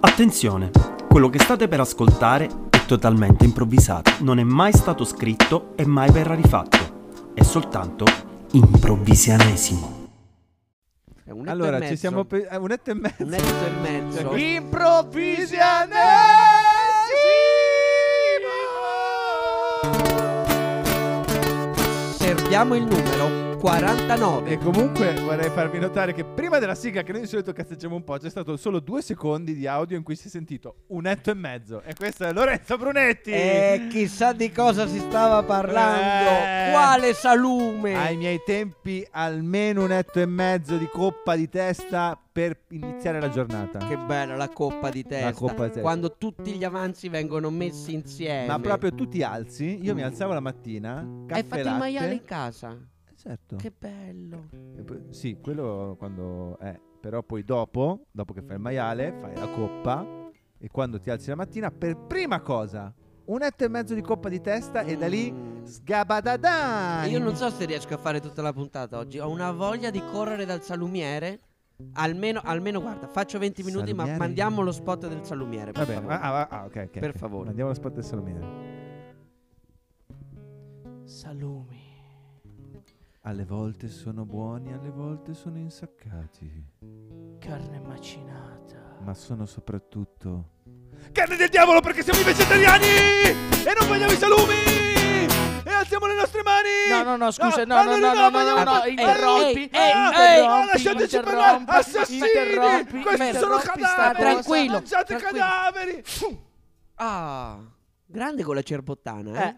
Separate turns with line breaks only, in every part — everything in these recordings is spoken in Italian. Attenzione, quello che state per ascoltare è totalmente improvvisato, non è mai stato scritto e mai verrà rifatto, è soltanto improvvisianesimo.
È un etto e
Allora, ci
mezzo.
siamo pe- eh, un'etto e mezzo.
Un etto e mezzo.
Cioè,
Osserviamo il numero 49.
E comunque vorrei farvi notare che prima della sigla, che noi di solito cazzeggiamo un po', c'è stato solo due secondi di audio in cui si è sentito un etto e mezzo. E questo è Lorenzo Brunetti.
E chissà di cosa si stava parlando.
Eh.
Quale salume?
Ai miei tempi almeno un etto e mezzo di coppa di testa per iniziare la giornata.
Che bella la coppa di testa.
coppa di testa.
Quando tutti gli avanzi vengono messi insieme.
Ma proprio tu ti alzi, io mi alzavo la mattina, caffè
Mm. Hai fatto il
latte.
maiale in casa?
Eh, Certo.
Che bello.
E poi- Sì, quello quando è. Però poi dopo, dopo che fai il maiale, fai la coppa e quando ti alzi la mattina, per prima cosa, un etto e mezzo di coppa di testa e da lì
Mm.
sgabadadan.
E Io non so se riesco a fare tutta la puntata oggi. Ho una voglia di correre dal salumiere. Almeno, almeno guarda, faccio 20 minuti, ma
Salumiere?
mandiamo lo spot del salumiere. per
Va bene,
favore.
ah, ah, ah, ok, ok.
Per
ok.
favore.
Andiamo allo spot del salumiere.
Salumi.
Alle volte sono buoni, alle volte sono insaccati,
Carne macinata.
ma sono soprattutto... Carne del diavolo perché siamo i vegetariani e non vogliamo i salumi! E alziamo le nostre mani!
No, no, no, scusa, no,
ah,
no, no, no, no, no,
vogliamo
no,
fa-
ehi,
interrompi,
ehi,
interrompi,
ehi,
interrompi,
eh, lasciateci
interrompi,
parlare, assassini,
interrompi,
questi sono
interrompi sta
cadaveri,
cosa.
Tranquillo.
Lanciate i
tranquillo.
cadaveri!
Ah, grande con la cerbottana, eh?
Eh,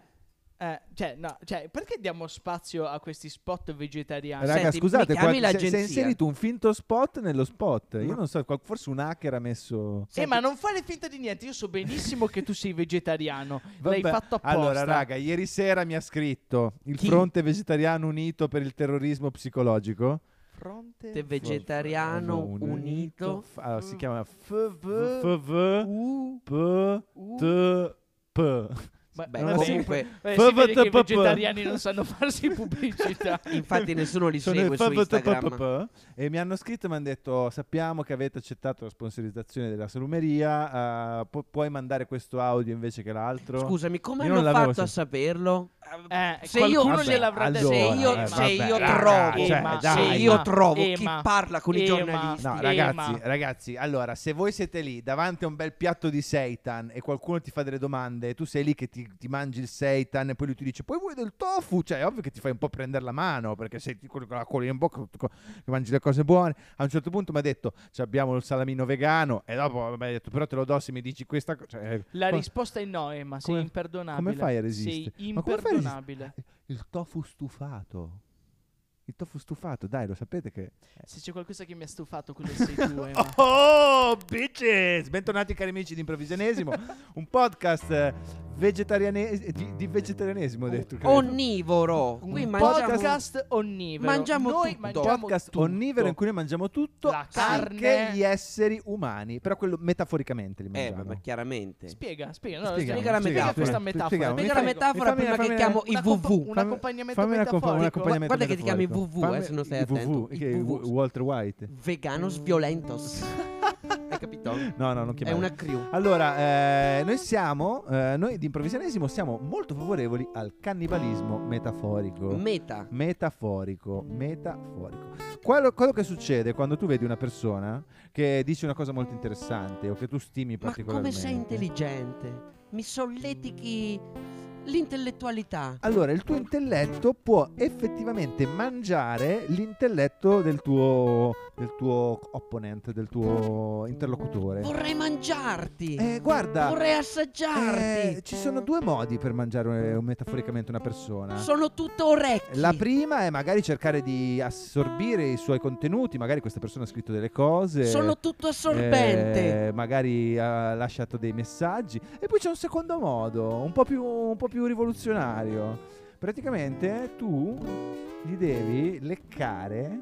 eh, cioè, no, cioè, perché diamo spazio a questi spot vegetariani?
Raga,
Senti,
scusate,
mi
qua
chiami
se- se
l'agenzia.
è inserito un finto spot nello spot. Io
Ma-
non so, qual- forse un hacker ha messo...
Sì, eh, ma non fare finta di niente, io so benissimo che tu sei vegetariano, l'hai
Vabbè,
fatto apposta.
Allora, raga, ieri sera mi ha scritto il
Chi?
Fronte Vegetariano Unito per il Terrorismo Psicologico.
Te
Fronte
vegetariano
Fronte
unito. Mm. Uh,
F- allora, si chiama
FV
FV
U
P T P.
Beh,
Beh,
non
ma sì,
comunque,
beh, Eh, si vede che i
FVTPP.
vegetariani non sanno farsi pubblicità.
infatti nessuno li
Sono
segue
il
su Instagram.
FVTPP, e mi hanno scritto e mi hanno detto sappiamo che avete accettato la sponsorizzazione della salumeria eh, pu- puoi mandare questo audio invece che l'altro
Scusami, come
Io
hanno
non l'avevo
fatto a
sen-
saperlo?
Eh,
Se io-
qualcuno
Vabbè,
gliel'avrà detto.
se
allora,
io,
eh,
se
vabbè,
io
raga,
trovo,
cioè,
se
dai.
io
Emma,
trovo chi
Emma,
parla con i
Emma.
giornalisti.
No,
Sì,
ragazzi,
ma-
ragazzi, allora, se voi siete lì davanti a un bel piatto di seitan e qualcuno ti fa delle domande, tu sei lì che ti, ti mangi il seitan e poi lui ti dice "Poi vuoi del tofu?" Cioè, è ovvio che ti fai un po' prendere la mano, perché sei con la colina in bocca che mangi le cose buone. A un certo punto mi ha detto "Ci abbiamo il salamino vegano" e dopo mi ha detto "Però te lo do se mi dici questa cosa". Cioè,
La
co-
risposta è no, Emma, sei
come-
imperdonabile.
come fai a resistere? Ma come fai
Sei
a resistere?
imperdonabile.
il tofu stufato. Il tofu stufato, dai, lo sapete che
Se c'è qualcosa che mi ha stufato, quello sei tu, Emma.
Oh, bitches! Bentornati cari amici di Improvvisionesimo, un podcast eh, vegetariane- eh, di, di vegetarianesimo, ho detto. credo.
Onnivoro. Qui
Un
mangiamo-
podcast onnivoro.
mangiamo tutto.
Noi
Un
mangiamo
podcast
tutto.
onnivoro in cui noi mangiamo tutto,
La
anche
carne.
gli esseri umani, però quello metaforicamente li
Eh,
mangiamo.
vabbè, chiaramente.
Spiega, spiega. No,
Spiegami,
spiega la
spiegami,
metafora.
questa
spiegami,
metafora.
spiegami.
Mi
Spiega la
prego.
metafora
Mi fammi-
prima
fammi-
che chiamo
Una
i
compa-
VV.
un accompagnamento
fammi una compa- un
metaforico.
accompagnamento
Guarda che ti chiami VV,
metaforico.
eh,
Fammi-
se non stai
il VV,
attento.
che è
Il
Wa-
VV.
Walter White.
Veganos violentos. Hai capito?
No, no, non
È
chiamare.
una crew.
Allora, eh, noi siamo, eh, noi di Improvvisionesimo siamo molto favorevoli al cannibalismo metaforico.
Meta.
Metaforico, metaforico. Quello, quello che succede quando tu vedi una persona che dice una cosa molto interessante o che tu stimi
Ma come
particolarmente.
sei intelligente? Mi solletichi l'intellettualità.
Allora, il tuo intelletto può effettivamente mangiare l'intelletto del tuo, del tuo opponent, del tuo interlocutore.
Vorrei mangiarti.
Eh, guarda,
Vorrei
eh,
assaggiarti.
ci sono due modi per mangiare eh, metaforicamente una persona.
Sono tutto orecchi.
La prima è magari cercare di assorbire i suoi contenuti, magari questa persona ha scritto delle cose.
Sono tutto assorbente.
eh, magari ha lasciato dei messaggi. E poi c'è un secondo modo, un po' più, un po' più rivoluzionario. Praticamente tu gli devi leccare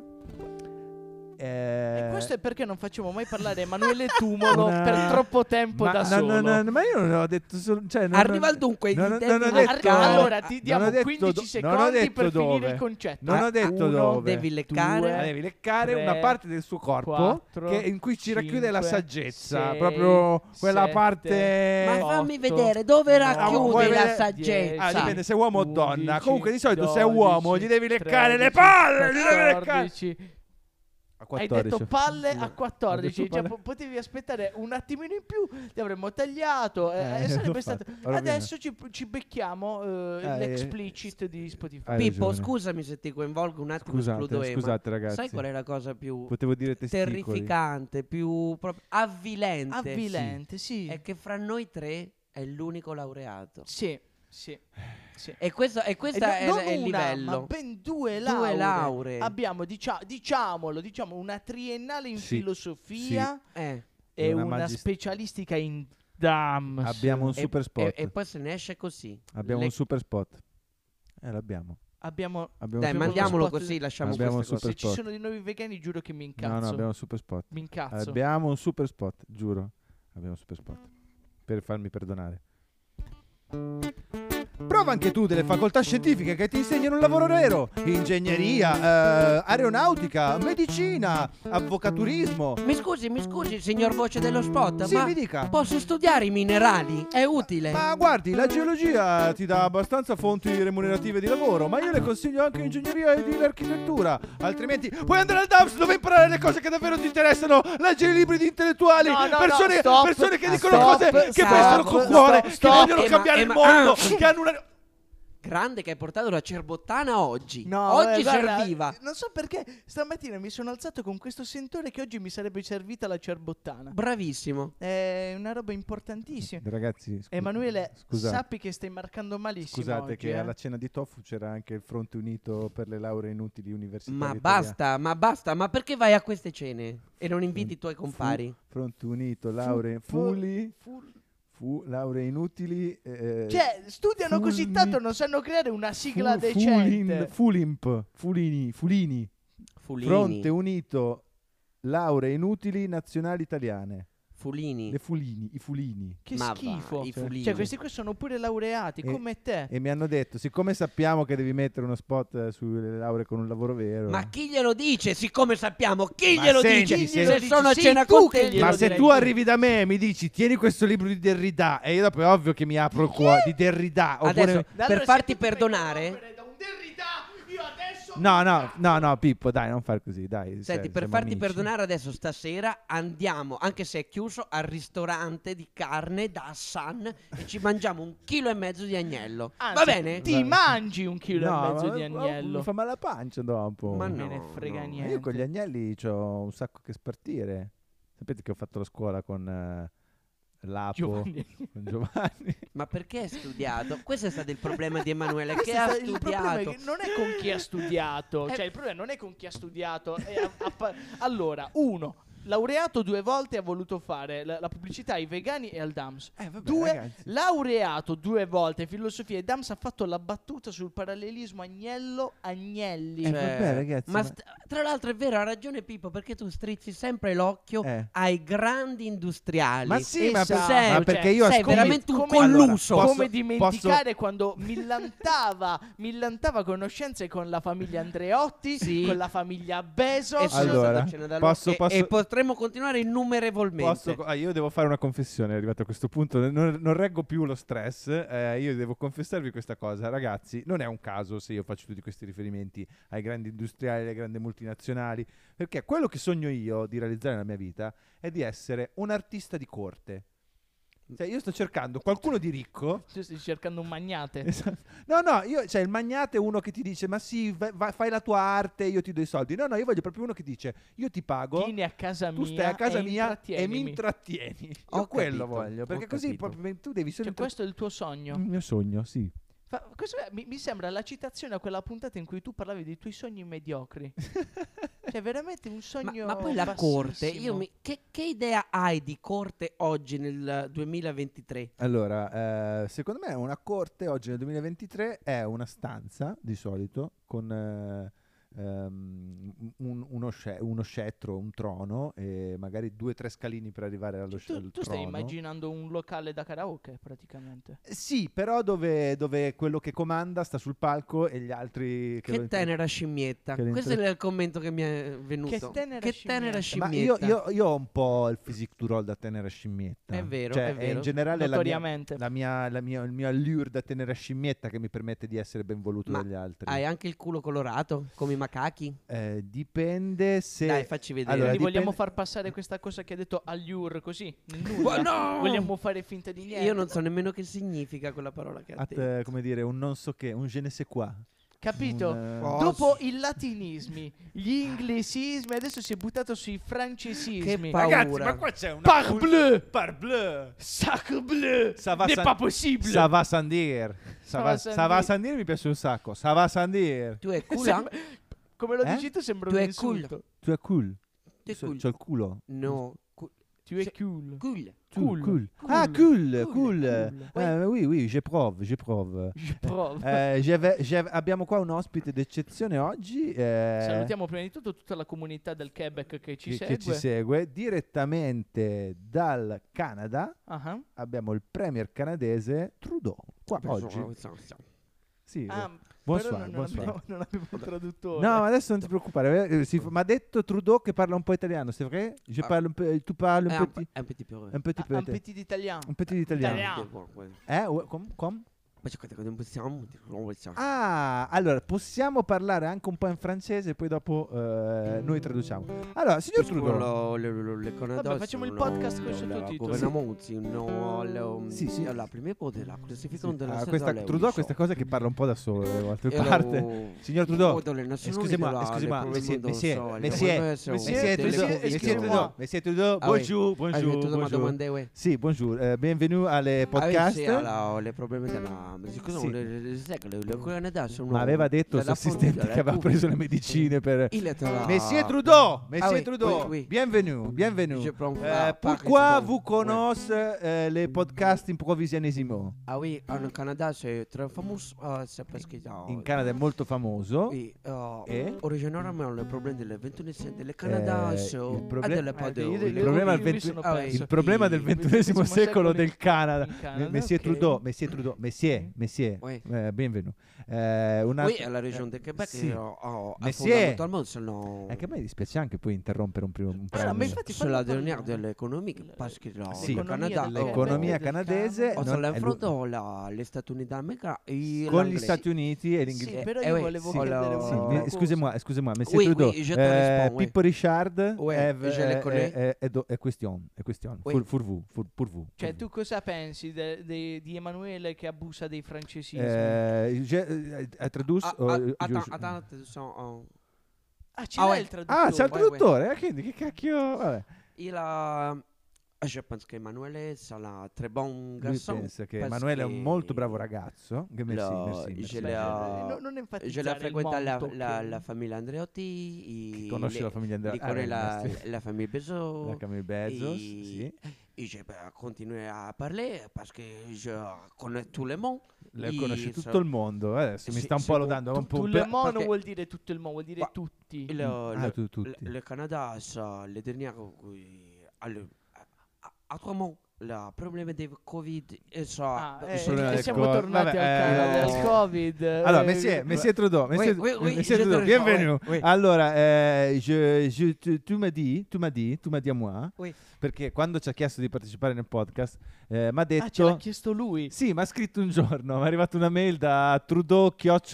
Eh,
E questo è perché non facciamo mai parlare Emanuele Tumolo
una-
per troppo tempo
ma,
da
no,
solo.
no, no, no, ma io non ho detto solo. Cioè, non-
Arriva
non-
al dunque,
non-
gli
non-
devi
non ho
Arri-
detto-
allora ti
non
diamo
ho detto
15
do- non ho
secondi per
detto
finire
dove.
il concetto.
Non ho detto
uno
dove.
devi leccare.
Ah,
Due,
devi leccare
tre,
una parte del suo corpo
quattro,
che- in cui ci racchiude la
cinque,
saggezza,
sei,
proprio quella
sette,
parte.
Ma
otto,
fammi vedere dove
nove,
racchiude
vuoi
la
vedere?
saggezza.
Ah, dipende se è uomo o donna. Comunque, di solito, se è
12,
uomo, gli devi leccare le
13,
palle, gli devi leccare-
14.
A
Hai
14.
detto palle a
Ho
14.
detto
Cioè,
palle.
po- potevi aspettare un attimino in più, ti avremmo tagliato. eh,
Eh,
e
l'ho
sarebbe stato...
fatto, ora
Adesso ci, ci becchiamo eh,
Eh,
l'explicit di Spotify.
Hai
Pippo,
ragione.
scusami se ti coinvolgo un attimo. escludo
Scusate,
Ema.
scusate, ragazzi.
Sai qual è la cosa più
Potevo dire testicoli.
terrificante, più proprio avvilente?
Avvilente, sì.
È che fra noi tre è l'unico laureato.
Sì, sì. sì.
E questo, e
E
questa
no-
è,
non
è il
una, ma
livello.
ben due
Due
lauree.
lauree.
Abbiamo, dicia- diciamolo, diciamo, una triennale in
Sì,
filosofia
Eh,
e
Una
una,
magis-
specialistica in DAMS.
Abbiamo un
e-
super spot.
E, e poi se ne esce così.
Abbiamo
Le-
un super spot. Eh, l'abbiamo.
Abbiamo-
Abbiamo
Dai,
un
abbiamo
super
mandiamo-
mandiamolo
spot-
così, lasciamo
Abbiamo
queste
un
cose.
se ci
spot.
sono dei nuovi vegani, giuro che mi
spot.
incazzo.
No, no, abbiamo un super spot.
Mi incazzo.
Abbiamo un super spot, giuro. Abbiamo un super spot. Per farmi perdonare. Prova anche tu delle facoltà scientifiche che ti insegnano un lavoro vero. Ingegneria, eh, aeronautica, medicina, avvocaturismo.
Mi scusi, mi scusi, signor voce dello spot,
Sì,
ma
mi dica.
posso studiare i minerali? È utile.
Ma guardi, la geologia ti dà abbastanza fonti remunerative di lavoro, ma io le consiglio anche ingegneria e di- l'architettura. Altrimenti puoi andare al DAMS dove imparare le cose che davvero ti interessano, leggere i libri di intellettuali,
No, no, no,
persone,
stop.
persone che
Ah,
dicono
stop,
cose che
stop,
pensano col
stop,
cuore,
stop.
che vogliono
Emma,
cambiare
Emma,
il mondo,
ah.
che hanno una...
Grande che hai portato la cerbottana oggi.
No,
oggi
eh, guarda,
serviva.
Non so perché stamattina mi sono alzato con questo sentore che oggi mi sarebbe servita la cerbottana.
Bravissimo.
È una roba importantissima.
Ragazzi,
Emanuele, sappi che stai marcando malissimo. oggi, eh.
cena di Tofu c'era anche il Fronte Unito per le lauree inutili
Ma
universitarie.
basta, ma basta, ma perché vai a queste cene e non inviti i tuoi compari?
Fronte Unito,
lauree- fu- fuli-
fu, lauree inutili. eh,
Cioè, studiano così
Fulmi-
tanto, non sanno creare una sigla
Fu- Fulin-
decente.
Fulimp, Fulini, Fulini,
Fulini.
Fronte Unito, lauree inutili nazionali italiane.
Fulini.
Le Fulini, i Fulini.
che
ma va,
schifo.
i
cioè,
fulini.
questi qui sono pure laureati,
E-
come te.
Eh.
E mi hanno detto, siccome sappiamo che devi mettere uno spot eh, sulle lauree con un lavoro vero. eh.
Ma chi glielo dice? Siccome sappiamo, chi
Ma
glielo
senti,
dice?
se-
Se sono a
Sei
cena
tu
con
che
te,
glielo
Ma
glielo
se
direi
direi.
tu
io.
arrivi da me e mi dici tieni questo libro di Derrida e io dopo è ovvio che mi apro il cuore di Derrida oppure
Adesso,
Da allora,
per
se
farti
tu fai
perdonare,
corrompere da un Derrida, io adesso
No, no, no, no, Pippo, dai, non far così, dai.
senti,
se-
per
siamo
farti
amici.
perdonare adesso stasera andiamo, anche se è chiuso, al ristorante di carne da Hassan e ci mangiamo un chilo e mezzo di agnello.
Anzi,
Va bene?
Ti
Va-
mangi un chilo
No,
e mezzo
ma-
di agnello.
Mi fa male la pancia dopo.
Ma
Me
no,
ne frega
no.
Ma
niente.
io con gli agnelli ho un sacco che spartire. Sapete che ho fatto la scuola con eh, Lapo,
Giovanni.
con Giovanni.
Ma perché hai studiato? Questo è stato il problema di Emanuele,
Questo
che
è
ha
stato- il problema è
studiato.
che non è con chi ha studiato,
Eh.
cioè il problema non è con chi ha studiato. è a- a pa- allora, uno, laureato due volte ha voluto fare la, la pubblicità ai vegani e al DAMS.
Eh, vabbè,
due,
ragazzi.
laureato due volte in filosofia e DAMS ha fatto la battuta sul parallelismo agnello-agnelli.
Eh, vabbè, ragazzi,
Cioè, ma
ma-
st- tra l'altro è vero, ha ragione Pippo, perché tu strizzi sempre l'occhio
Eh.
ai grandi industriali.
Ma sì, ma,
Esatto,
sei- cioè,
ma perché io
sei
ascolto...
veramente un
come- allora,
colluso.
posso-
Cioè, come dimenticare quando millantava, millantava conoscenze con la famiglia Andreotti,
Sì.
con la famiglia Bezos.
E sono
Allora,
stato a cena da lui
posso-
e,
posso-
e potremmo continuare innumerevolmente.
Posso- ah, io devo fare una confessione, arrivato a questo punto, non, non reggo più lo stress, eh, io devo confessarvi questa cosa, ragazzi, non è un caso se io faccio tutti questi riferimenti ai grandi industriali, alle grandi multinazionali, perché quello che sogno io di realizzare nella mia vita è di essere un artista di corte. Cioè, io sto cercando qualcuno di ricco
Tu stai cercando un magnate.
Esatto. No, no, io, cioè il magnate è uno che ti dice ma sì, vai- vai- fai la tua arte, io ti do i soldi. No, no, io voglio proprio uno che dice io ti pago,
Vieni a casa mia.
tu stai a casa mia
e
e mi
intrattienimi.
intrattieni. Io
Ho capito,
quello voglio,
ho
perché così
capito.
proprio tu Mm. devi solo...
Cioè, questo è il tuo sogno.
Il mio sogno, sì.
Fa- questo è- mi, mi sembra la citazione a quella puntata in cui tu parlavi dei tuoi sogni mediocri. cioè, veramente un
Ma,
sogno.
ma poi la
bassissimo.
corte, io mi- che, che idea hai di corte oggi nel 2023?
Allora, eh, secondo me una corte oggi nel 2023 è una stanza, di solito, con eh, ehm, un- uno, sce- uno scettro, un trono e magari due o tre scalini per arrivare allo sce-
Cioè, Tu,
al
tu stai
trono.
immaginando un locale da karaoke praticamente.
Sì, però dove, dove quello che comanda sta sul palco e gli altri...
Che,
lo inter-
tenera scimmietta.
che lo
Questo
inter-
è il commento che mi è venuto.
Che tenera
tenera
Ma
scimmietta.
io, io- io ho un po' il physique du roll da tenera scimmietta.
È vero,
Cioè,
è vero.
in generale la mia,
Notoriamente.
la mia- la mia- il mio allure da tenera scimmietta che mi permette di essere ben voluto
Ma
dagli altri.
Hai anche il culo colorato, come i macachi.
Eh, dipende se...
Dai, facci vedere.
Allora,
Quindi vogliamo
dipende-
far passare questa cosa che ha detto Allure così? nel
Ma
nulla?
no!
Vogliamo fare finta di niente?
Io non so nemmeno che significa quella parola che ha
At-
detto.
eh, come dire, un non so che, un je ne sais quoi.
Capito?
Un, eh,
Oh,
Dopo i latinismi, gli inglesismi, adesso si è buttato sui francesismi.
Che paura.
Ragazzi, ma qua c'è una...
Parbleu!
Parbleu!
Sacre bleu!
Ça va
N'est
san-
pas possible!
Ça va Sandir. Ça
Ça
va-
va
Ça va Sandir mi piace un sacco. Ça va Sandir.
Tu è culo?
Sembra- Come lo
Eh?
dici tu sembra
Tu
un
è cool.
insulto.
Tu è cool.
Tu è
So-
cool.
C'ho il culo.
No, cool.
Tu è
Se-
cool.
cool.
Cioè, Cool.
Cool.
cool.
Cool.
Ah, cool, cool.
Cool, cool.
Eh, oui, oui, j'éprouve, j'éprouve.
Je prova.
Eh, j'ave- j'ave- abbiamo qua un ospite d'eccezione oggi. eh,
Salutiamo prima di tutto tutta la comunità del Quebec che ci
che,
segue.
che ci segue direttamente dal Canada.
Ah,
Abbiamo il premier canadese Trudeau. Qua oggi. Sì, eh,
ah,
bonsoir,
però non,
bonsoir.
abbiamo, non abbiamo il traduttore.
No, ma adesso non ti preoccupare. eh, si fa- Ma ha detto Trudeau che parla un po' italiano, c'est vrai? Je
Ah.
parle un peu- tu parli
È
un
un,
petit,
è un petit peu.
un petit
Ah,
peu
Eh, un
ita-
petit d'italiano.
un petit italiano.
Italiano.
Eh, u- com, com?
Ma c'è qualcosa che non possiamo dire, non possiamo.
Ah, allora possiamo parlare anche un po' in francese, poi dopo eh, noi traduciamo. Allora, signor Trudeau.
Quello- le- le- le canadose,
Vabbè, facciamo il
no,
podcast con
no,
il sottotitolo.
la gouvernemenza, no, la-
Sì, sì.
la prima volta la classifica
Sì,
della
ah,
Sera
questa,
Leone
Trudeau ha
Show.
questa cosa che parla un po' da solo dalle altre
Era
parte.
un-
Signor Trudeau,
un po' delle Nazioni
excusez-moi,
Unite, là,
excusez-moi,
le
monsieur-
problemi
monsieur-
non so, le
monsieur-
problemi sono
Monsieur
delle
Trudeau,
commissioni.
Monsieur Trudeau, Monsieur Trudeau,
Ah oui.
bonjour,
Ah,
bonjour,
tu m'as
bonjour.
demandé, ouais.
Sì, bonjour, eh, benvenuto alle
Ah, oui,
podcast.
sì, allora, le problemi della... ma scusa,
Sì.
le- le- le- sai che le- le Canada sono-
Ma aveva detto il
della eh,
suo assistente
formica,
che aveva
la
preso le
cucca.
medicine per...
Il est là.
Monsieur Trudeau,
Ah
Monsieur
oui,
Trudeau,
oui, oui.
bienvenue, bienvenue.
Je prends-
Euh,
ah, par-
pourquoi
bon,
vous connaissez euh, les podcasts improvisionissimo
Ah oui, en Canada c'est très fameux, euh, c'est parce que... euh,
In Canada è molto famoso.
oui, euh,
Et?
originairement, le problème de la 21e siècle, le Canada,
Eh,
c'est,
il
euh,
problème-
a delle
eh,
pas de-
io- io-
le-
io-
Il problema
io
del
mi
20
sono
ah,
perso.
Il problema del
Il
ventunesimo secolo del Canada.
in
M-
Canada,
Monsieur
Ah, ok.
Trudeau, Monsieur Trudeau, Monsieur, Monsieur,
Oui.
eh, bienvenue. Eh, un altro-
Oui, à la région de Québec,
sì. eh.
euh, euh,
Mais
a
si è-
fondamentalement, c'est le-
Anche Eh, a me dispiace anche poi interrompere un primo un
Ah, ma
brano.
infatti
c'est la
fanno-
dernière de l'économie, parce que là,
Sì.
le Canada,
del
euh,
Québec,
L'economia
del
canadese
Canada.
On
non
se
è
l'affronto la, gli Stati Uniti d'America e
con gli
l'Inghilterra.
Stati Uniti e l'Inghilterra.
Sì, però
Eh,
io
oui,
volevo
sì.
chiedere
Allora-
Sì,
una
mi- eh,
cosa.
Scusez-moi, scusez-moi, monsieur
Oui,
Trudeau, eh,
oui, je te réponds, oui.
Pippo Richard
Ouais,
è,
je le
è-
connais.
è- è eh, do- è question, è question,
Oui.
pour, pour vous, pour, pour vous.
Cioè, tu cosa pensi de- de- di Emanuele che abusa dei francesismi?
Eh, je- eh, eh, tradus-
Ah,
oh,
ah,
eh,
attends,
giusto.
attends, attention, euh,
ah, ci
ah,
l'hai
ouais.
il traduttore?
Ah, c'è il
Ouais,
traduttore, eh, quindi che cacchio... Vabbè.
Il a. Je pense che Emanuele sarà très bon
Lui
garçon.
pensa che
parce
Emanuele è
que
un molto bravo ragazzo. Che merci,
lo-
merci, merci.
je
Beh,
l'ai- la-
no- non
Je
enfatizzare
la
il
frequenta la,
monto
la,
che-
la famiglia Andreotti.
Chi
i-
conosce
le-
la famiglia Andrea? ah, eh,
li conosce la,
la,
la famiglia Bezos.
la Camille Bezos,
i-
sì.
E je vais continuer à parler parce que je connais tout le monde.
Lei
i-
conosce tutto
so- Eh,
il mondo. eh, Adesso mi
sì,
sta un
sì,
po'
tu-
lodando. un po'
Tu
per-
le mono
perché-
vuol dire tutto il mondo, vuol dire
Ma-
tutti.
Le,
Ah,
euh, le-
tu-
le-
tutti.
le Canada, ça, le dernier, euh, à le- à- à- autrement, le problème del Covid, e ça,
Ah,
euh,
eh,
c'est-
problema del
siamo
Covid.
tornati
Vabbè,
al
eh,
Canada
no.
del Covid.
Allora,
eh,
Messie, Messie Trudeau, Messie,
oui, oui,
Messie
je
Trudeau,
te rejoins,
bienvenue.
oui, oui.
Allora, eh, je- je- tu, tu m'as dit, tu m'as dit, tu m'as dit a moi,
Oui.
perché quando ci ha chiesto di partecipare nel podcast, eh, mi ha
Ah, ce l'ha
detto...
chiesto lui.
sì, mi ha scritto un giorno, mi è arrivata una mail da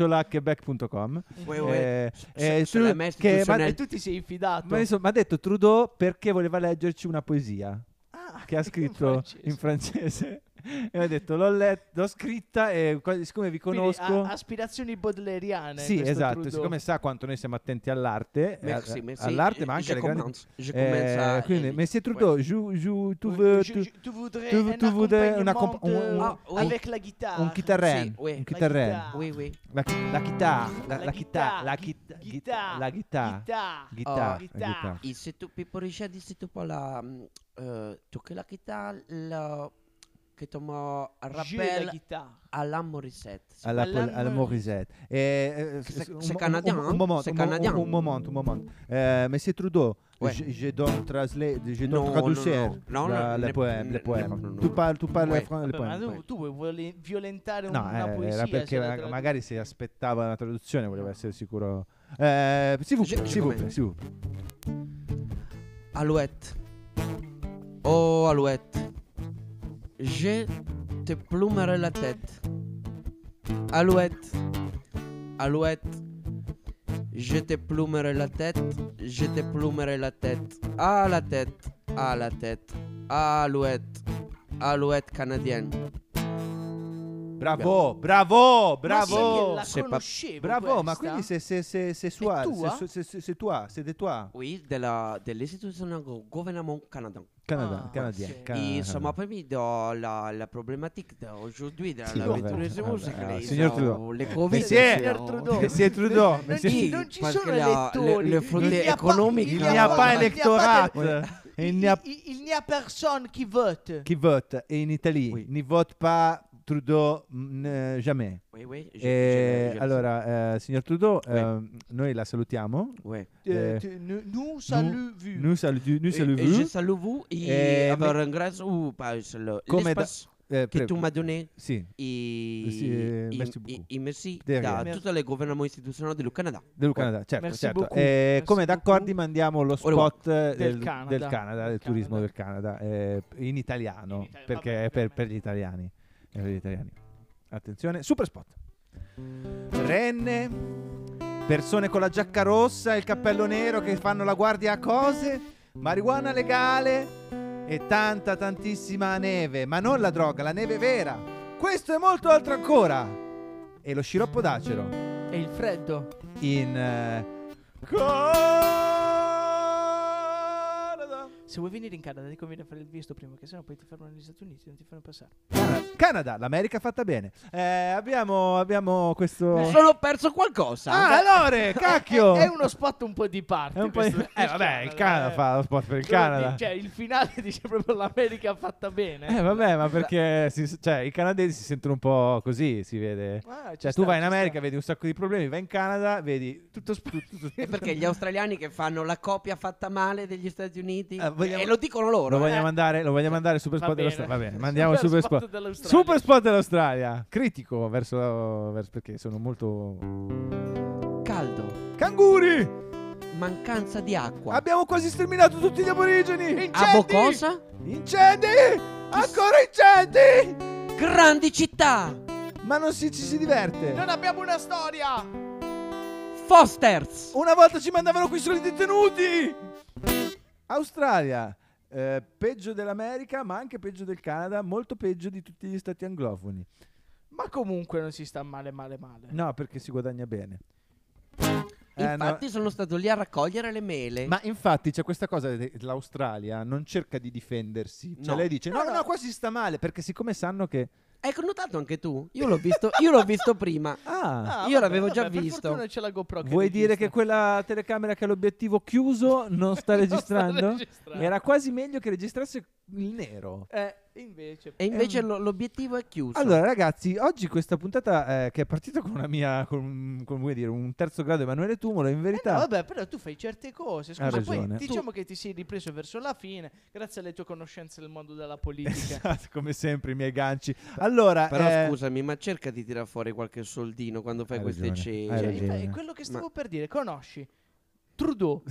trudeau-quebec.com
Ouais, ouais.
eh,
S-
eh,
sur la
tu-
messe
che-
istituzionale.
E tu ti sei fidato.
Ma insomma, mi ha detto Trudeau perché voleva leggerci una poesia
Ah,
che ha
in
scritto
francese.
in francese. E mi ha detto, l'ho, let- l'ho scritta e qua- siccome vi
Quindi
conosco...
ha aspirazioni bodleriane.
Sì,
questo
esatto,
Trudeau.
siccome sa quanto noi siamo attenti all'arte, eh,
Merci,
a-
merci.
all'arte ma anche
Je
alle grandi...
commence, je
Eh,
commence à-
quindi,
eh,
Messie
ouais.
Trudeau, giù, giù, tu
Tu,
veux,
tu,
tu-
tu voudrais
tu-
un
tu voudrais un
accompagnement
accomp- un-
de-
un-
Ah, oui.
avec la guitare.
un chitarren,
Sì, ouais.
un
La
chitarren.
chitarra.
Oui, oui.
La, chi- la chitarra, la,
La
la chitarra,
chitarra,
la chi-
ghi-
ghi-
guitarra,
la chitarra,
Guitare.
Guitarra,
Oh,
guitarra.
guitarra.
Et mm, eh, si tu, Pippo Richard, si tu parles, euh, euh, tu que la guitare, la, che tomò
Gilles la
Rappel
chitarra.
alla Morissette. sì.
alla,
Alla-
pol- alla Morissette. Eh, eh,
C'est-
s-
c'est
un- un-
canadien,
un-
hein?
Un moment,
C'est
un, mo-
canadien.
un moment, un moment. Euh, Monsieur Trudeau,
Ouais.
je, je donne translate, je
Non,
donne
non,
traduire
non. Non,
la-
non,
le
ne-
poème,
ne-
le poème.
ne-
Tu parles, tu parles
Ouais.
fran- le
Vabbè, ma
poème.
tu, tu vuoi vuole- violentare
No,
una
eh,
poesia?
era perché
se Ah, la
ma-
tradu-
magari si aspettava una traduzione, voleva essere sicuro. Eh, si vous,
Je-
plaît,
je
s'il vous
commence.
plaît, s'il vous plaît.
Alouette. Oh Alouette. Je te plumerai la tête. Alouette. Alouette. Je te plumerai la tête. Je te plumerai la tête. À la tête. À la tête. Alouette. Alouette canadienne.
Bravo, bravo,
Ma sì,
bravo.
la
Se pa-
conoscevo
Bravo, ma
questa?
quindi se se se se sua,
tua?
se- se- se- se tua, c'est de toi.
Oui, de la, de l'institution au gouvernement canadien.
Canada,
Ah,
canadien.
sì.
Canada.
Et ça m'a permis de la, la problématique d'aujourd'hui, de
Sì,
la
vabbè,
tourisme
vabbè,
musica,
allora,
les-
Ah, signor Trudeau.
le
Mais
Covid. signor
c'est-
Signor
Trudeau.
Trudeau.
Monsieur Trudeau,
Non
monsieur-
ci,
Sì,
non ci
perché
sono
la-
elettori.
le- le fronte
Il n'y a pas-
economiche-
Il
Il
n'y a
n'y a
pas
pas de-
électorat. Il
Il
n'y a
il- il n'y a personne qui vote.
qui vote et en Italie
Oui.
ne vote pas Trudeau mm, eh, jamais.
Oui, oui. je-
Eh,
je- je-
allora, eh, signor Trudeau,
Oui.
ehm, noi la salutiamo.
Ouais.
Eh,
Eh, tu- nu- Nous salut vu.
Nous salut- nous
Et- et
saluons.
je salue vous et
Eh,
à vous
mais-
remercie ou pas le-
Comme
l'espace
Eh,
que
prego.
tu m'as donné.
Sì,
Et,
Merci, euh,
et-
merci
et-
beaucoup.
et merci
De rien.
à
Merci.
tous les gouvernements istitutionnels du Canada.
del Canada, certo,
Merci
certo.
beaucoup.
Eh,
Merci
come
beaucoup.
d'accordi mandiamo lo spot eh, del,
Del Canada.
del Canada, del
Del
turismo
Canada.
del Canada, eh, in italiano,
In Italia-
perché
vabbè,
è per,
ovviamente.
per gli italiani. È per gli italiani. Attenzione, super spot. Renne, persone con la giacca rossa e il cappello nero che fanno la guardia a cose, marijuana legale e tanta tantissima neve, ma non la droga, la neve vera. Questo e molto altro ancora. E lo sciroppo d'acero
E il freddo.
in eh, Canada.
Se vuoi venire in Canada ti conviene fare il visto prima, che sennò poi ti fermano negli Stati Uniti e non ti fanno passare.
Canada, l'America fatta bene. Eh, abbiamo, abbiamo questo.
Mi sono perso qualcosa.
Ah, allora, cacchio!
È, è uno spot un po' di parte.
È un po' di-
questo del
Eh, vabbè, il Canada
eh.
fa lo spot per il
Però
Canada.
di- Cioè, il finale dice proprio l'America fatta bene.
Eh, vabbè, ma perché si- cioè, i canadesi si sentono un po' così, si vede.
Ah, ci
Cioè,
sta,
tu vai in
ci sta.
America, vedi un sacco di problemi, vai in Canada, vedi tutto spazio.
È perché gli australiani che fanno la copia fatta male degli Stati Uniti
Eh, vogliamo-
e lo dicono
Lo
loro. eh.
vogliamo andare, lo vogliamo andare super
Va
spot
bene.
dell'Australia. Va bene, mandiamo il
Super
super
spot
spot.
dell'Australia.
Super spot dell'Australia. Critico verso, verso- perché sono molto
eh. Caldo,
Canguri!
mancanza di acqua.
Abbiamo quasi sterminato tutti gli aborigeni. Incendi!
A Bocosa?
Incendi! Ancora incendi!
Grandi città!
Ma non si, ci si diverte.
Non abbiamo una storia.
Fosters!
Una volta ci mandavano qui solo i detenuti! Australia, eh, peggio dell'America, ma anche peggio del Canada, molto peggio di tutti gli stati anglofoni.
Ma comunque non si sta male, male, male.
No, perché si guadagna bene. Eh, no.
Infatti sono stato lì a raccogliere le mele.
Ma infatti c'è questa cosa, de- l'Australia non cerca di difendersi, cioè
No.
lei dice no,
No,
no,
no.
no, qua si sta male, perché siccome sanno che...
Hai connotato anche tu? Io l'ho visto, io l'ho visto prima.
Ah,
Io l'avevo già
per
visto.
fortuna c'è la GoPro.
vuoi dire che
registra.
quella telecamera che ha l'obiettivo chiuso non sta
Non sta
registrando?
registrando.
Era quasi meglio che registrasse il nero.
Eh, invece.
E invece lo- l'obiettivo è chiuso.
Allora ragazzi, oggi questa puntata eh, che è partita con una mia, con, con, come dire, un terzo grado Emanuele Tumolo, in
Eh no,
verità...
vabbè, però tu fai certe cose.
Ha
Scusa, poi
ragione.
diciamo che ti sei ripreso verso la fine, grazie alle tue conoscenze del mondo della politica.
Esatto, come sempre i miei ganci. Allora...
Però
eh,
scusami, ma cerca di tirar fuori qualche soldino quando fai
Hai
queste
ragione,
cene.
hai
Cioè,
ragione.
infatti, è quello che stavo per dire. Conosci Trudeau,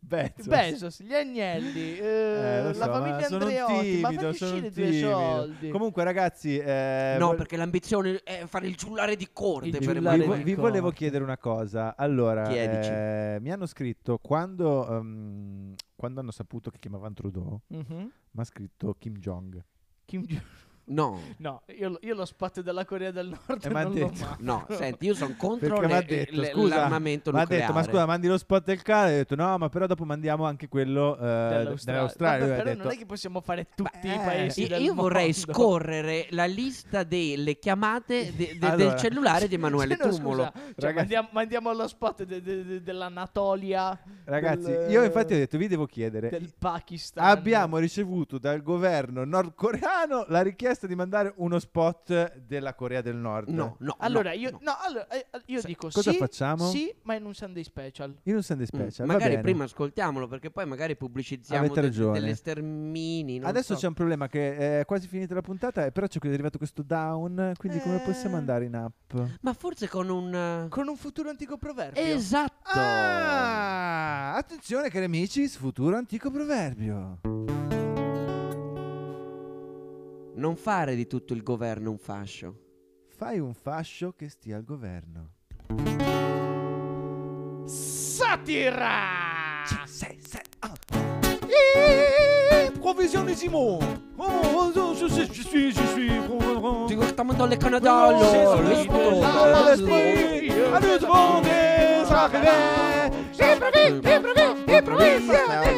Bezos.
Bezos, gli Agnelli, eh,
Eh, lo
la
so,
famiglia
ma sono
Andreotti. ma
timido,
fagli
sono
uscire due
timido.
soldi.
Comunque ragazzi... eh,
no,
vol-
perché l'ambizione è fare il ciullare di corte.
Il
per
Vi-
giullare
rimanere-
vi, vo-
di
vi
corte.
volevo chiedere una cosa. Allora,
Chiedici.
eh, mi hanno scritto quando, ehm, quando hanno saputo che chiamavano Trudeau,
Mhm.
mi ha scritto Kim Jong.
Kim Jong-
No,
No, io, io lo spot della Corea del Nord.
Eh, ma ha
non l'ho
detto-
mai.
no, senti, io sono contro
Perché mi ha
le-
detto,
le-
scusa,
l'armamento
Ma ha
nucleare.
detto, ma scusa, mandi lo spot del cane. Ho detto, no, ma però dopo mandiamo anche quello eh,
dell'Australia.
dell'Australia. Lui
Vabbè,
ha
però
detto, Eh,
non è che possiamo fare tutti
Beh,
i paesi
Io-
del
io vorrei
mondo.
scorrere la lista delle chiamate de- de-
Allora.
del cellulare di Emanuele
Se no,
Tumolo.
scusa, cioè,
Ragazzi-
mandiamo, mandiamo allo spot de- de- de- dell'Anatolia,
Ragazzi,
del-
io infatti ho detto, vi devo chiedere.
del Pakistan.
Abbiamo ricevuto dal governo nordcoreano la richiesta chiesto di mandare uno spot della Corea del Nord.
No, no.
Allora,
no,
io,
no.
no, allora, eh, io
Sa-
dico
cosa
sì,
facciamo?
sì, ma in un Sunday special.
In un Sunday
Mm,
special. va
magari
bene.
prima ascoltiamolo perché poi magari pubblicizziamo
Avete ragione.
delle stermini. non
Adesso
so.
c'è un problema che è quasi finita la puntata, eh, però c'è arrivato questo down, quindi come
Eh.
possiamo andare in app?
Ma forse con un...
Con un futuro antico proverbio.
Esatto.
Ah, attenzione cari amici, futuro antico proverbio.
Non fare di tutto il governo un fascio.
Fai un fascio che stia al governo.
Satira!
Sei, sei, ah.
Provisionisimo!
Oh, oh, sì, sì, sì, sì, sì, sì.
Ti guardiamo dalle canadolo.
Sì,
lo sto-
sì, sì,
lo sto-
sì, sì.
Allora, sponde, sacre, improvvisi, improvvisi, improvvisi.